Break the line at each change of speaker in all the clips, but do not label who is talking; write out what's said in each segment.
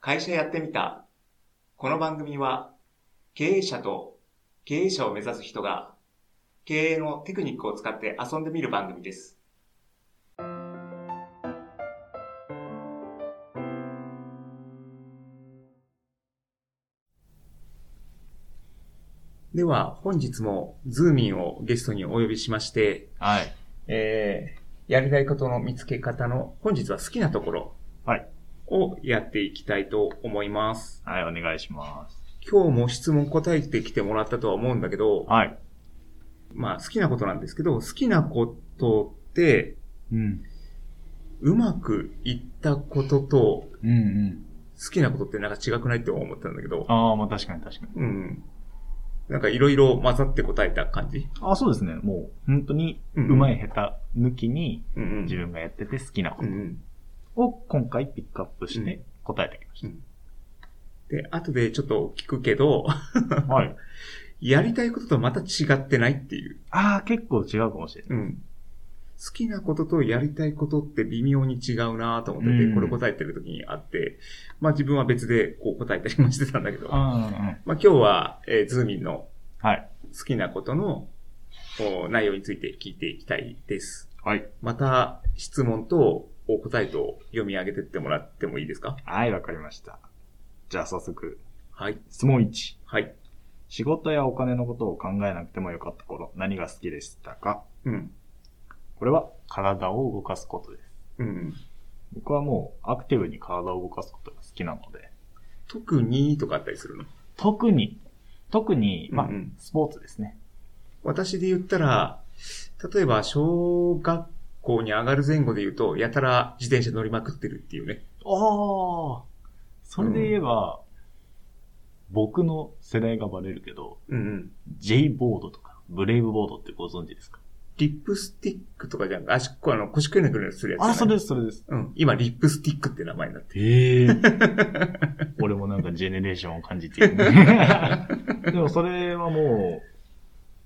会社やってみた。この番組は、経営者と経営者を目指す人が、経営のテクニックを使って遊んでみる番組です。では、本日もズーミンをゲストにお呼びしまして、
はい。
えーやりたいことの見つけ方の本日は好きなところ
はい
をやっていきたいと思います。
はい、お願いします。
今日も質問答えてきてもらったとは思うんだけど、
はい。
まあ好きなことなんですけど、好きなことって
うん。
うまくいったことと
うんうん。
好きなことってなんか違くないって思ったんだけど、
ああ、まあ確かに確かに。
うん。なんかいろいろ混ざって答えた感じ。
ああ、そうですね。もう、本当に、
う
うんまい下手抜きに、
うんうん。
自分がやってて好きなこ
うんう
と
ん。
を今回ピックアップし
う
て答えてきまし
で、後でちょっと聞くけど、
た。はい。
やりたいこととまた違ってないっていう。
ああ、結構違うかもしれない。
うん。好きなこととやりたいことって微妙に違うなと思ってて、
うん
これ答えてる時にあって、まあ自分は別でこう答えたりもしてたんだけど、まあ
ああ、うん。
今日は、えーズーミンの
はい。
好きなことのお内容について聞いていきたいです。
はい。
また質問とお答えと読み上げてってもらってもいいですか
はい、わかりました。じゃあ早速、
はい。
質問1。
はい。
仕事やお金のことを考えなくてもよかった頃、何が好きでしたか
うん。
これは、体を動かすことです。
うん。
僕はもう、アクティブに体を動かすことが好きなので、
特にとかあったりするの
特に、特に、まあ、
うんうん
スポーツですね。
私で言ったら、例えば小学校に上がる前後で言うと、やたら自転車乗りまくってるっていうね。
ああ。それで言えば、僕の世代がバレるけど、
うんうん。
J ボードとか、ブレイブボードってご存知ですか
リップスティックとかじゃん。あ、しっこあの、腰くねくねするやつじゃ
あ
ない。
あ、それです、それです。
うん。今、リップスティックって名前になって
ええ。 俺もなんかジェネレーションを感じ ているね。でもそれはも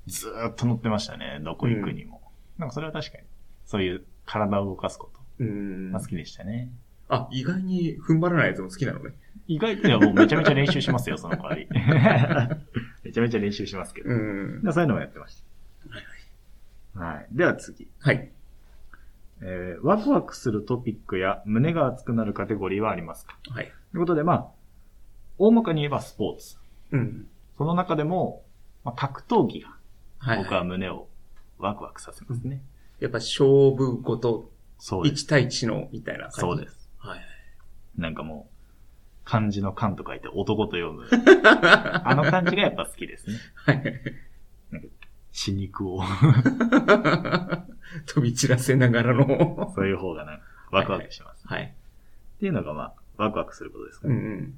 う、ずーっと乗ってましたね。どこ行くにも。なんかそれは確かに、そういう体を動かすこと
る。うん
が好きでしたね。
あ、意外に踏ん張らないやつも好きなのね。
意外といやもうめちゃめちゃ練習しますよ、その代わり。 めちゃめちゃ練習しますけど。
うん。
そういうのもやってました。はい。では次。
はい。
えーワクワクするトピックや胸が熱くなるカテゴリーはありますか
はい。
ということで、まあ、大まかに言えばスポーツ。
うん。
その中でも、まあ、格闘技が
はい、
僕は胸をワクワクさせますね。
やっぱ勝負ごと、
そうです。
1対1のみたいな感じ。。
そうですす。
はい。
なんかもう、漢字の漢と書いて男と読む。あの漢字がやっぱ好き ですね。
はい。
血肉を。
飛び散らせながらの。
そういう方がなんかワクワクします。
はい。
っていうのがまあ、ワクワクすることですか
うんう
ね。
ん。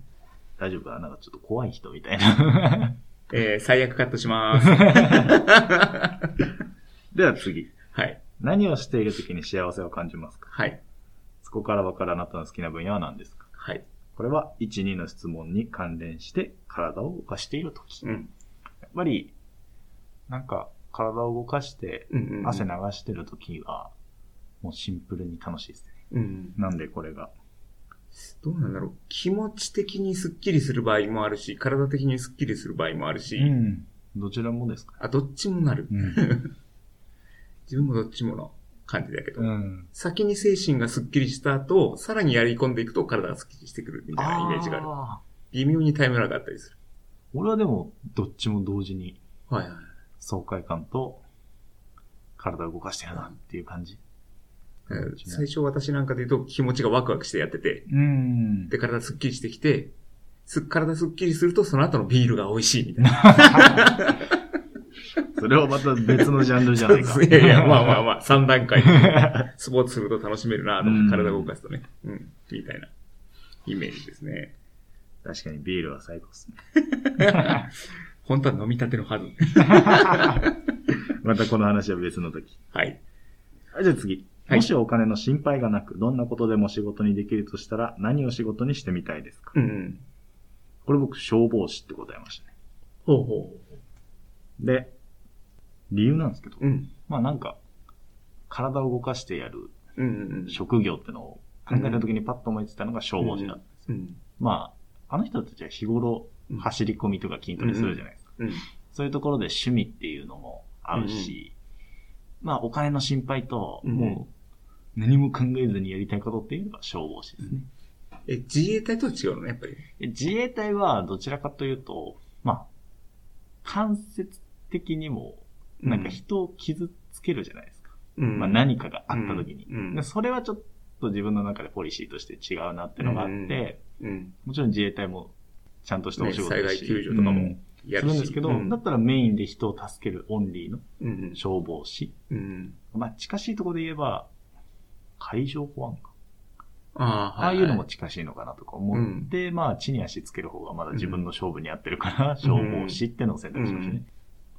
大丈夫かななんかちょっと怖い人みたいな。
えー、最悪カットします。
では次。
はい。
何をしている時に幸せを感じますか
はい。
そこからわかるあなたの好きな分野は何ですか
はい。
これは、1、2の質問に関連して体を動かしている時。
う
や
ん。
っぱり、なんか、体を動かして、
うん、うん。
汗流してる時は、もうシンプルに楽しいですね。
うん。
なんでこれが。
どうなんだろう。気持ち的にスッキリする場合もあるし、体的にスッキリする場合もあるし、
ん。どちらもですか
あ、どっちもなる。
ん。
自分もどっちもの感じだけど。
うん。
先に精神がスッキリした後、さらにやり込んでいくと体がスッキリしてくるみ たいなイメージがある。
あー
微妙にタイムラグがあったりする。
俺はでも、どっちも同時に
はいはい。
爽快感と、体を動かしてるなっていう感じ。
えー最初私なんかで言うと気持ちがワクワクしてやってて、
うん。
で、体スッキリしてきて、す、体スッキリするとその後のビールが美味しいみ たいな。
それはまた別のジャンルじゃない か。
いやいや、まあまあまあ、3段階。スポーツすると楽しめるなと思って、体を動かすとね。うん。みたいなイメージです ね。
確かにビールは最高ですね。
本当は飲みたてのはず。
またこの話は別の時。
はい。
はいじゃあ次。
はい
もしお金の心配がなく、どんなことでも仕事にできるとしたら、何を仕事にしてみたいですか
うん。
これ僕、消防士って答えましたね。
ほうほ
で、理由なんですけど、
うん。
まあなんか、体を動かしてやる
うんうんうん。
職業ってのを考えた時にパッと思いついたのが消防士だったんですよ。
うん。
まあ、あの人たちは日頃
うん
走り込みとか筋トレするじゃないですか。
うん。
そういうところで趣味っていうのも合うし、まあお金の心配と、
うん
もう何も考えずにやりたいことっていうのが消防士ですね。
え、自衛隊とは違うのね、やっぱり。
自衛隊はどちらかというと、まあ、間接的にも、なんか人を傷つけるじゃないですか。
うん
まあ何かがあった時に。
うん
でそれはちょっと自分の中でポリシーとして違うなっていうのがあって、
うんうん。
もちろん自衛隊もちゃんとしたお仕事
ね
だ
災
し、
害救助とかも
うん
や
するんですけど、
うん
だったらメインで人を助けるオンリーの
うん。
消防士。
うん。
まあ近しいところで言えば、海上保安官。
ああ、
ああいうのも
は
近しいのかなとか思って、まあ、地に足つける方がまだ自分の勝負に合ってるから、消防士ってのを選択しましたね。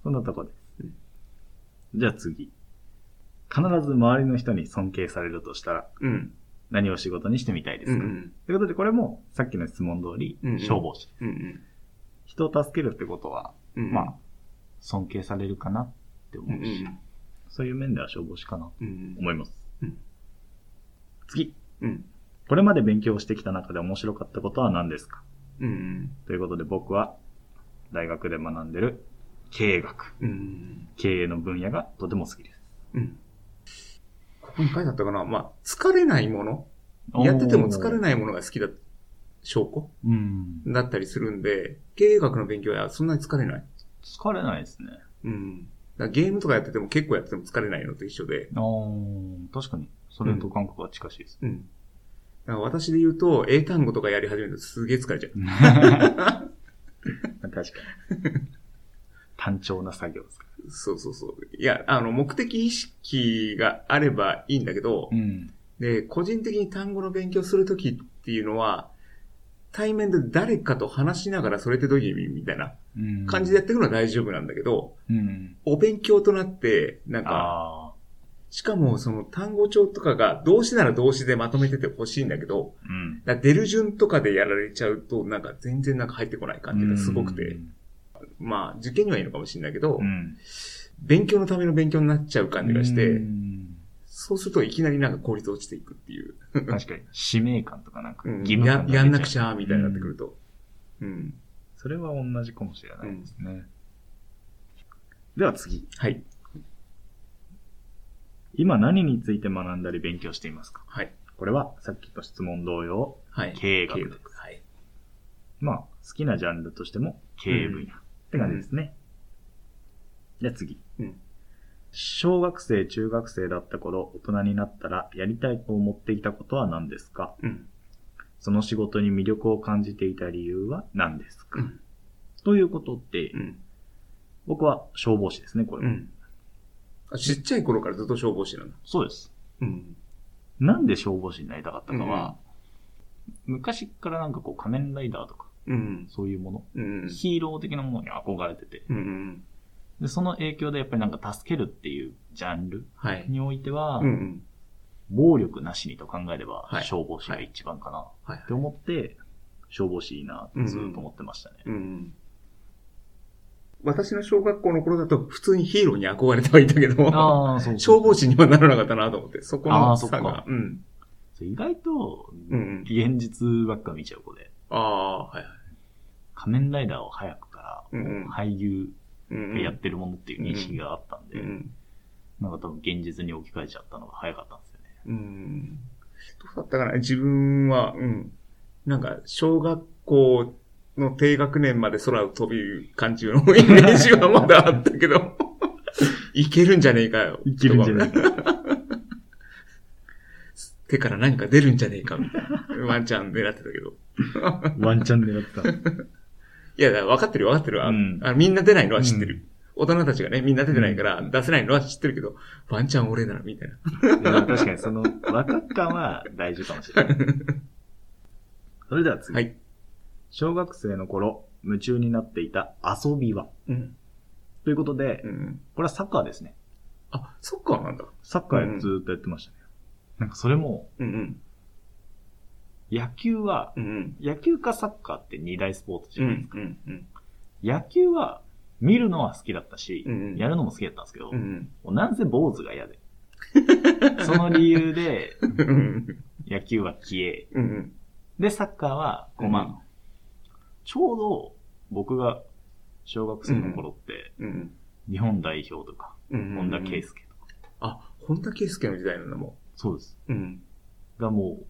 そんなとこです。じゃあ次。必ず周りの人に尊敬されるとしたら、
い。うん。
何を仕事にしてみたいです
う
か、
ん。う
とい
ん。
うことで、これもさっきの質問通り、
うんうん
消防士。
うん。
人を助けるってことは、
うん。
まあ、尊敬されるかなって
う
思
ん。
うし、そういう面では消防士かなと
うん。
思います。
うん
次。
うん。
これまで勉強してきた中で面白かったことは何ですか
うん。
ということで僕は大学で学んでる経営学、
うん。
経営の分野がとても好きです。
うん。ここに書いてあったかなまあ、疲れないものやってても疲れ
い。
ないものが好きだ証拠
うん。
だったりするんで、経営学の勉強はそんなに疲れない。
疲れないですね。
うん。だからゲームとかやってても結構やってても疲れないのと一緒で。
あー確かに、それと感覚は近しいです。
うん。だから私で言うと、英単語とかやり始めるとすげえ疲れち ゃう。
確かに。単調な作業ですから。
そうそうそう。いや、あの、目的意識があればいいんだけど、
ん。
で、個人的に単語の勉強するときっていうのは、対面で誰かと話しながらそれってどういう意味みたいな感じでやっていくのは大丈夫なんだけど、
うん。
お勉強となって、なんか、
ああ。
しかもその単語帳とかが動詞なら動詞でまとめててほしいんだけど、
うん。
だから出る順とかでやられちゃうと、なんか全然なんか入ってこない感じがすごくて、まあ受験にはいいのかもしれないけど、
うん。
勉強のための勉強になっちゃう感じがして、
うん
そうするといきなりなんか効率落ちていくっていう。
確 かに、使命感とかなんか、
うん
義務感が
や
出ちゃう
やんなくちゃ、みたいになってくると。うん。
それは同じかもしれないですね。では次。
はい。
今何について学んだり勉強していますか
はい。
これはさっきと質問同様、
はい。
経営学です
はい。
まあ、好きなジャンルとしても経営分野って感じですね。じゃあ次。
うん
小学生、中学生だった頃、大人になったらやりたいと思っていたことは何ですか
うん。
その仕事に魅力を感じていた理由は何ですか、
うん
ということで、
うん。
僕は消防士ですね、こ
う
れは。
ん。あちっちゃい頃からずっと消防士なんだ。
そうです。
うん。
なんで消防士になりたかったかは、昔からなんかこう仮面ライダーとか、
うん。
そういうもの、
うん。
ヒーロー的なものに憧れてて、
うんうん。
で、その影響でやっぱりなんか助けるっていうジャンル
はい。
においては、
うんうん。
暴力なしにと考えれば、
はい
消防士が一番かなっ
はい。
て思って、消防士いいなってずっと思ってましたね。
うん。私の小学校の頃だと普通にヒーローに憧れてはいたけど、
ああ、そう
消防
士
士にはならなかったなと思って、そこ
あ
の
ーそっか
差が。うん。
意外と、
うんうん。
現実ばっか見ちゃう子で、
ああ、はいはい。
仮面ライダーを早くか
う
ら、
んうん
俳優
うんう
が
ん。
やってるものっていう認識があったんで、
うん。
なんか多分現実に置き換えちゃったのが早かったんですよね。
うん。どうだったかな自分は、うん。なんか、小学校の低学年まで空を飛びる感じのイメージはまだあったけど、 いけるんじゃねえかよ。
いけるんじゃない
とか手から何か出るんじゃねえか、みたいな。 ワンチャン狙ってたけど。
ワンチャン狙ってた。
いや、だから分かってるよ分かってるわ、
うん
あみんな出ないのは知ってる。大人たちがね、みんな出てないから、出せないのは知ってるけど、ワンチャン俺なら、みたいな。
確かにその、若感は大事かもしれない。それでは次。
はい。
小学生の頃、夢中になっていた遊びは
うん。
ということで、
うん。
これはサッカーですね。
あ、そっか、なんだ。
サッカーずーっとやってましたね。なんかそれも、
うんうん。
野球は、
うんうん。
野球かサッカーって二大スポーツじゃないですか。
うんうん
野球は、見るのは好きだったし、
うんうん
やるのも好きだったんですけど、
うんうん
もうなんせ坊主が嫌で。 その理由で、
うん
野球は消え、
うんうん
で、サッカーは5万。
うん
ちょうど僕が小学生の頃って、
うん。
日本代表とか、
うん。
本田圭介とか、
あ、本田圭介の時代なんだも
そうです。
ん。うん。
がもう、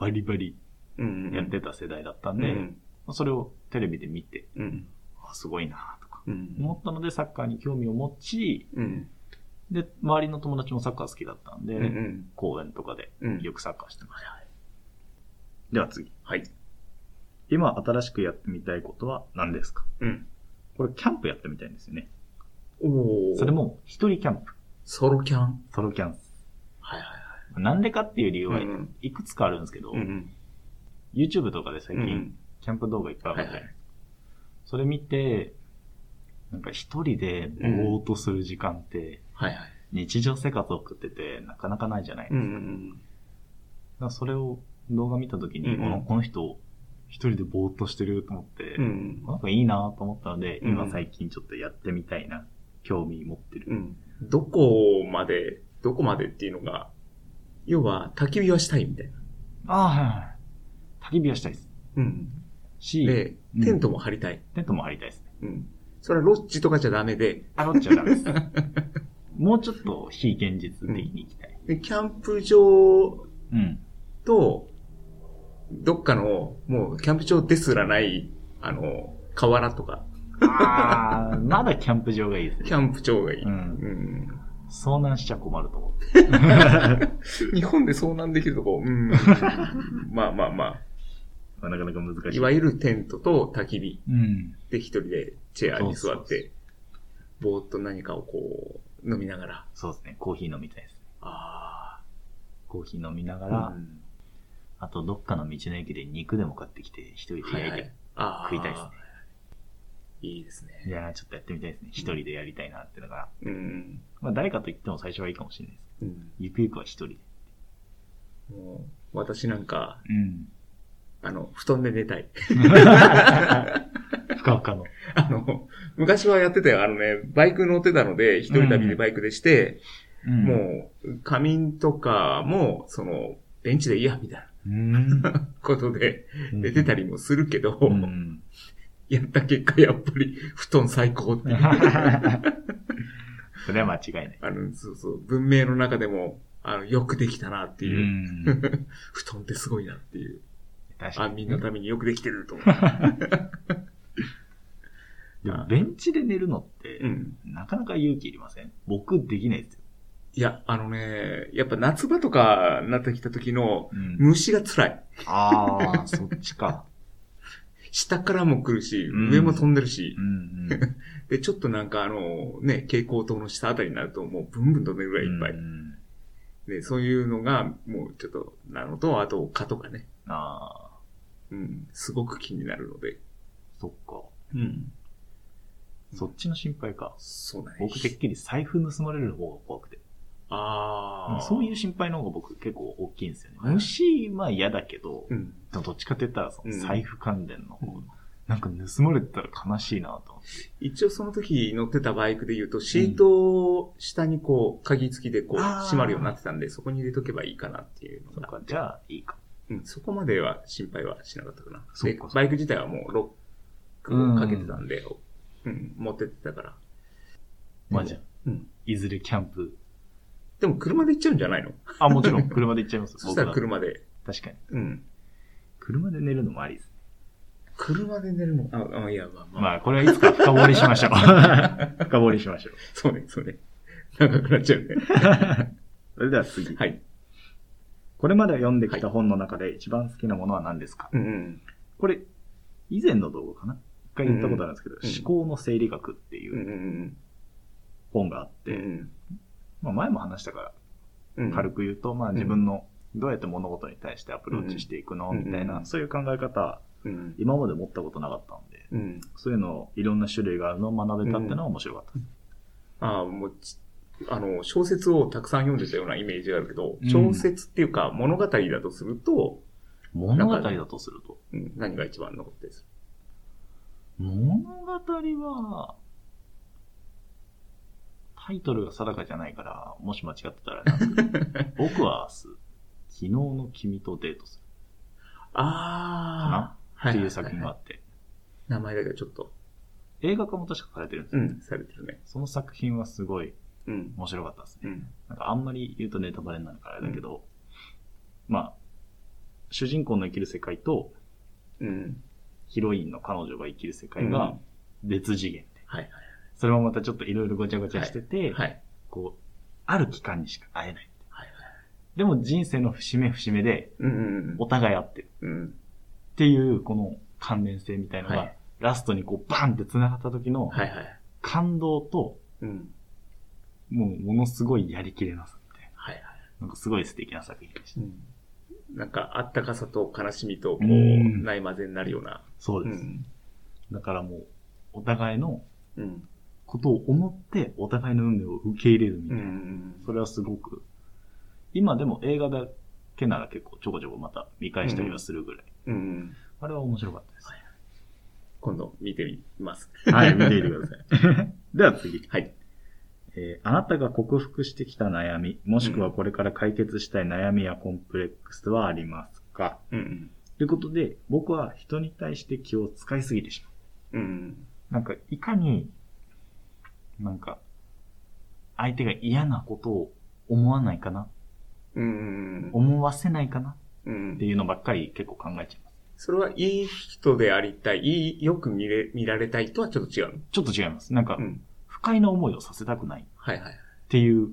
バリバリ
うん。
やってた世代だったん
う
で、
ん。
それをテレビで見て、
うん。
あすごいなとか、
うん。
思ったのでサッカーに興味を持ち、
うん。
で、周りの友達もサッカー好きだったんで、
うん。
公園とかで
うん。
よくサッカーしてました。では次。
はい。
今新しくやってみたいことは何ですか
うん。
これキャンプやってみたいんですよね。
おお。
それ。も一人キャンプ。
ソロキャン
ソロキャンプ。
はいはい
なんでかっていう理由
は。
はい
ん。
いくつかあるんですけど、
うん。
YouTube とかで最
う
近、
ん。
キャンプ動画いっぱいあるんで、
はいは
それ見て、なんか一人でぼーっとする時間って、
はいはい。
日常生活を送っててなかなかないじゃないです
う
か。
ん。
だからそれを動画見た時に、
うんうん
このこの人、一人でぼーっとしてると思って、
うん。
なんかいいなと思ったので、
うん
今最近ちょっとやってみたいな、興味持って
う
る。
ん。どこまで、どこまでっていうのが、要は、焚き火はしたいみたいな。
ああ、はいはい。焚き火はしたいです。
うん。
し、
で、テントも張りたい。
テントも張りたいですね。
うん。それはロッジとかじゃダメで、
あろっちゃダ メです。もうちょっと非現実的に行きたい。
でキャンプ場
うん。
と、どっかの、もう、キャンプ場ですらない、あの、河原とか、
ああ、まだキャンプ場がいいです
キ
ね。
ャンプ場がいい。
う。
うんん。
遭難しちゃ困ると思って。
日本で遭難できるとこ、うん。 まあまあま
まあなかなか難
あ、
しい。
いわゆるテントと焚き火
うん。
で一人でチェアに座
そうそ
っ
うそう
て、ぼーっと何かをこう、飲みながら、
そうですね。コーヒー飲みたいですね。
あ
コーヒー飲みなが
あ、
ら、あとどっかの道の駅で肉でも買ってきて、一人で
は
焼い
い
て、
はいい、あー
食いたいですね。
いいですね。
やーちょっとやってみたいですね。一人でやりたいなってのが。
うん。
まあ誰かと言っても最初はいいかもしれない
う
です。
ん、
ゆくゆくは一人で。
もう私なんか、
うん。
あの、布団で寝たい。
ふかふかの。
あの、昔はやってたよ。あのね、バイク乗ってたので、一人旅でバイクでして、
うん
もう、仮眠とかも、その、ベンチでいいや、みたいう
ーん。
なことで、寝てたりもするけど、
うん。
やった結果、やっぱり、布団最高っていう。
それは間違いない。
あの、そうそう、文明の中でも、あの、よくできたなっていうう、
ん。
布団ってすごいなっていう、
確か
安
に。
眠のためによくできてると思う。
でもベンチで寝るのって、
うん。
なかなか勇気いりません僕できないですよ。
いや、あのね、やっぱ夏場とかなってきた時の
うん、
虫が辛い。
ああ、そっちか。
下からも来るし、
うん
上も飛んでるし
う、ん、うん。
で、ちょっとなんかあの、ね、蛍光灯の下あたりになるともうブンブン飛んでるぐらいいっぱい。
うん
で、そういうのがもうちょっとなのと、あと蚊とかね、
ああ、
うん、すごく気になるので。
そっか。
うん。
そっちの心配か。
そうだね。
僕てっきり財布盗まれる方が怖くて。
ああ。
そういう心配の方が僕結構大きいんですよね。
はい
虫、まあ嫌だけど
う、ん。
どっちかって言ったらその
うん
財布関連の方が、なんか盗まれてたら悲しいなと思って。
一応その時乗ってたバイクで言うと、シートを下にこう、鍵付きでこう、
あー
閉まるようになってたんで、そこに入れとけばいいかなっていうの
そっ
が。
か、じゃあいいか。
うん、そこまでは心配はしなかったかな。
そう
で
かそうか
バイク自体はもうロックをかけてたんで、うん、持ってってたから。
まあじゃあ、
うん
いずれキャンプ。
でも車で行っちゃうんじゃないの
あ、もちろん車で行っちゃいます。
そしたら
僕は
車で。
確かに。
うん。
車で寝るのもありです。
車で寝るのあ、あいや、まあまあ。
まあ、これはいつか深掘りしまし ょう。深掘りしましょう。
そうね、そうね。長くなっちゃう ね。
それでは次。
はい。
これまで読んできた本の中で一番好きなものは何ですか、
うんうん。
これ、以前の動画かな一回言ったことあるんですけど、
うんうん
思考の生理学って
うん
いううん本があって、
うん。うん
まあ前も話したか
うん。
ら軽く言うと、まあ自分のどうやって物事に対してアプローチしていくの、
うん
みたいな、
うん
そういう考え方、
うん。
今まで持ったことなかったんで、
うん。
そういうのをいろんな種類があるのを学べたってのは面白かったです。
ああ、もうち、あの、小説をたくさん読んでたようなイメージがあるけど
うん、
小説っていうか物語だとすると、
物語だとすると、
うん、何が一番残ってる
物語は、タイトルが定かじゃないから、もし間違 ってたらあれなんですけど、僕は明日、昨日の君とデートする。
ああ。
っていう作品があ
は
って、
いはいはい名前だけどちょっと。
映画化も確かされてるんです
う
よ、
ん、されてるね。
その作品はすごい
うん。
面白かったですね。
うん。
なんかあんまり言うとネタバレになるからあれだけど、まあ、主人公の生きる世界と
うん。
ヒロインの彼女が生きる世界が別次元で、
はい
それもまたちょっといろいろごちゃごちゃしてて、
はい。はい。
こう、ある期間にしか会えない。
はいはい
でも人生の節目節目で
うんうん
お互い会ってる
うん。うん。
っていう、この関連性みたいのが、
はい
ラストにこうバンって繋がった時の
はいはい。
感動と、
うん。
もうものすごいやりきれなさみたいな。
はいはい。
なんかすごい素敵な作品でした。
うんなんか、あったかさと悲しみと、こう、
うん
ない混ぜになるような。
そう
う
です。
ん。
だからもう、お互いの
うん。
ことを思って、お互いの運命を受け入れるみ
う
たいな。
ん。
それはすごく、今でも映画だけなら結構ちょこちょこまた見返したりはするぐらい。
うん。
あれは面白かったです。
今度見てみます。
はい、見ていてくださ い。では次。
はい。
えーあなたが克服してきた悩み、もしくはこれから解決したい悩みやコンプレックスはありますか、
うん。
ということで、僕は人に対して気を使いすぎてしま
うん。
う。なんか、いかに、なんか、相手が嫌なことを思わないかな
うん。
思わせないかな
う
っ
ん。
ていうのばっかり結構考えちゃいます。
それはいい人でありたい、いい、よく見れ、見られたいとはちょっと違う
ちょっと違います。なんか
の。う、ん。
不快な思いをさせたくないっ
はいはい。
ていう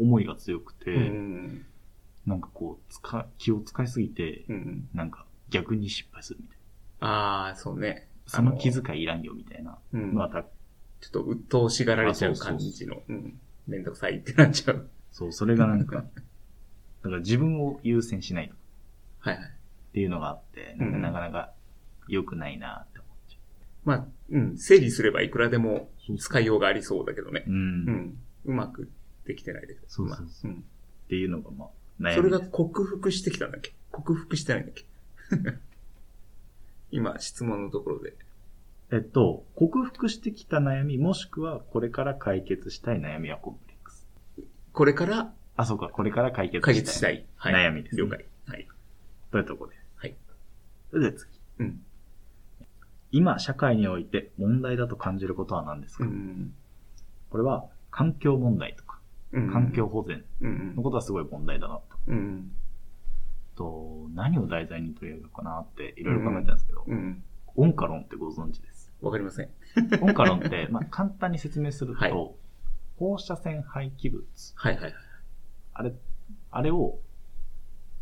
思いが強くて、
うん。
なんかこう、使、気を使いすぎて、
うん。
なんか逆に失敗するみたいな。
ああ、そうね。
その気遣いいらんよみたいな。
うん。
また、
ちょっと鬱陶しがられちゃう感じの。うん。めんどくさいってなっちゃう。
そう、それがなんか、だから自分を優先しないっ
はいはい。
ていうのがあって、なん
う
か
ん
なかなか良くないなって思っちゃ
まあ、うん。整理すればいくらでも
う。
使いようがありそうだけどね。
う。
うん
っ
ん。うまくできてないだけど。
そうそうそう
まあ
ていうのがまあ、
うん
悩
そ
み
れが
です。
克服してきたんだっけ克服してないんだっけ 今、質問のところで。
えっと、克服してきた悩み、もしくはこれから解決したい悩みはコンプレックス。
これから
あ、そうか、これから解決したい。
解決したい。はい、
悩みですね
了解。はい。
というところで。
はい。
それでは次。
うん。
今、社会において問題だと感じることは何です
う
か、
ん。
これは、環境問題とか、
うん
環境。保全
うん
の。ことはすごい問題だなと。
うん。
と、何を題材に取り上げようかなっていろいろ考えたんですけど、
うん。
オンカロンってご存知です。
わかりません。
オンカロンって、まあ、簡単に説明すると、
はい
放射線廃棄物。
はいはい
あれ、あれを、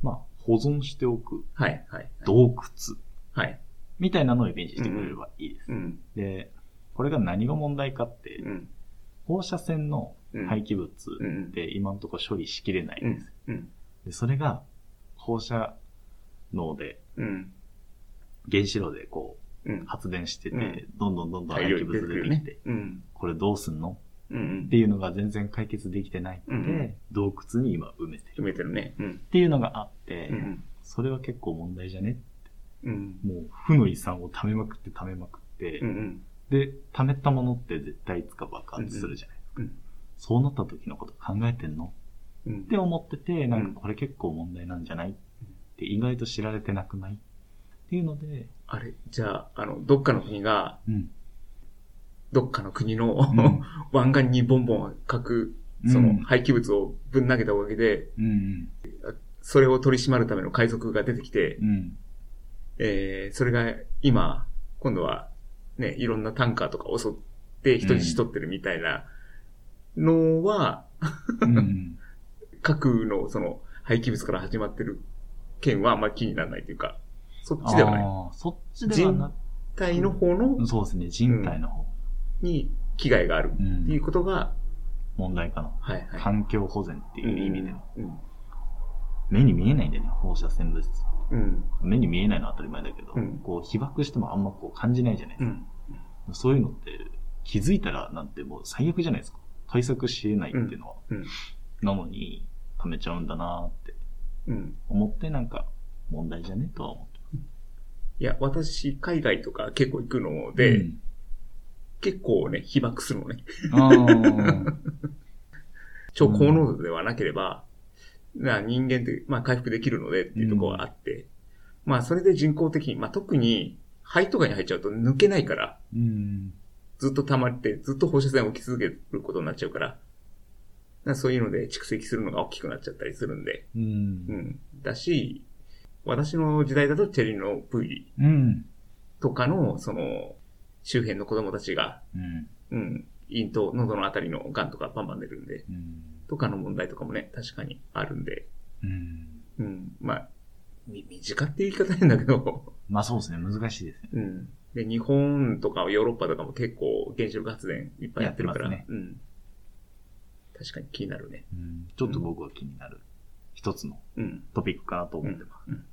まあ、保存しておく
はい。はいはい。
洞窟
はい。
みたいなのをイメージしてくれればいいです。
うん。
で、これが何が問題かって
う、ん。
放射線の
うん
廃。棄物
うん
っ。て今のところ処理しきれない
うん
です。
ん。
で、それが放射能で、
うん。
原子炉でこう、
うん。
発電してて、
うん
どんどんどんどん
大
廃
量
棄
に
物
出てく
出て
る
きて、
ね。うん。
これどうすんの
うんうん
って。いうのが全然解決できてないので、
うん
洞窟に今埋めてる
埋めてるね。うん。
っていうのがあって、
うん。
それは結構問題じゃね
うん。
もう負の遺産を貯めまくって貯めまくって、
うん。
で、貯めたものって絶対いつか爆発するじゃないですか。
うんうん
そうなった時のこと考えてんの
うん
っ。て思ってて、なんかこれ結構問題なんじゃないって意外と知られてなくないっていうので、
あれ、じゃあ、あの、どっかの国が、
うん。
どっかの国の、
うん
湾岸にボンボン核、 その廃棄物をぶん投げたおかげで、
うん。
それを取り締まるための海賊が出てきて、
うん。
えー、それが今、今度は、ね、いろんなタンカーとか襲って人質取ってるみたいなのは、
うん。うん
核のその廃棄物から始まってる件はあんまり気にならないというか、そっちではない。
あーそっちではな
体の方の
く、そうですね、人体の方。
に危害がある
う
ってい
ん
うことが、
問題かな。
はいはい。
環境保全っていう意味では。
うん。
目に見えないんだよね、放射線物質。
うん。
目に見えないのは当たり前だけど、
うん
こう被爆してもあんまこう感じないじゃないで
う
すか。
ん。
そういうのって気づいたらなんてもう最悪じゃないですか。対策し得ないっていうのは。
うんうん
なのに、溜めちゃうんだなーって
うん。
思ってなんか問題じゃねとは思って。
いや、私、海外とか結構行くので、
うん
結構ね、被爆するのね。
あー
超高濃度ではなければ、な人間って、まあ、回復できるのでっていうところがあって、まあ、それで人工的に、まあ、特に、肺とかに入っちゃうと抜けないから、
うん。
ずっと溜まって、ずっと放射線を置き続けることになっちゃうから、だからそういうので蓄積するのが大きくなっちゃったりするんで、
う。
うんん。だし、私の時代だとチェリのプイ
うん。
とかの、その、周辺の子供たちが、
うん。
うん、咽頭、喉のあたりの癌とかバンバン出るんで、
うん。
とかの問題とかもね、確かにあるんで、
うん。
うん、まあ、み、身近っていう言い方変だけど、
まあそうですね、難しいですね。
うん。で、日本とかヨーロッパとかも結構原子力発電いっぱいやってるから、
やって
うん。確かに気になるね。
うん。ちょっと僕は気になる、一つの
うん。
トピックかなと思ってます。
うん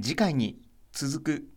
次回に続く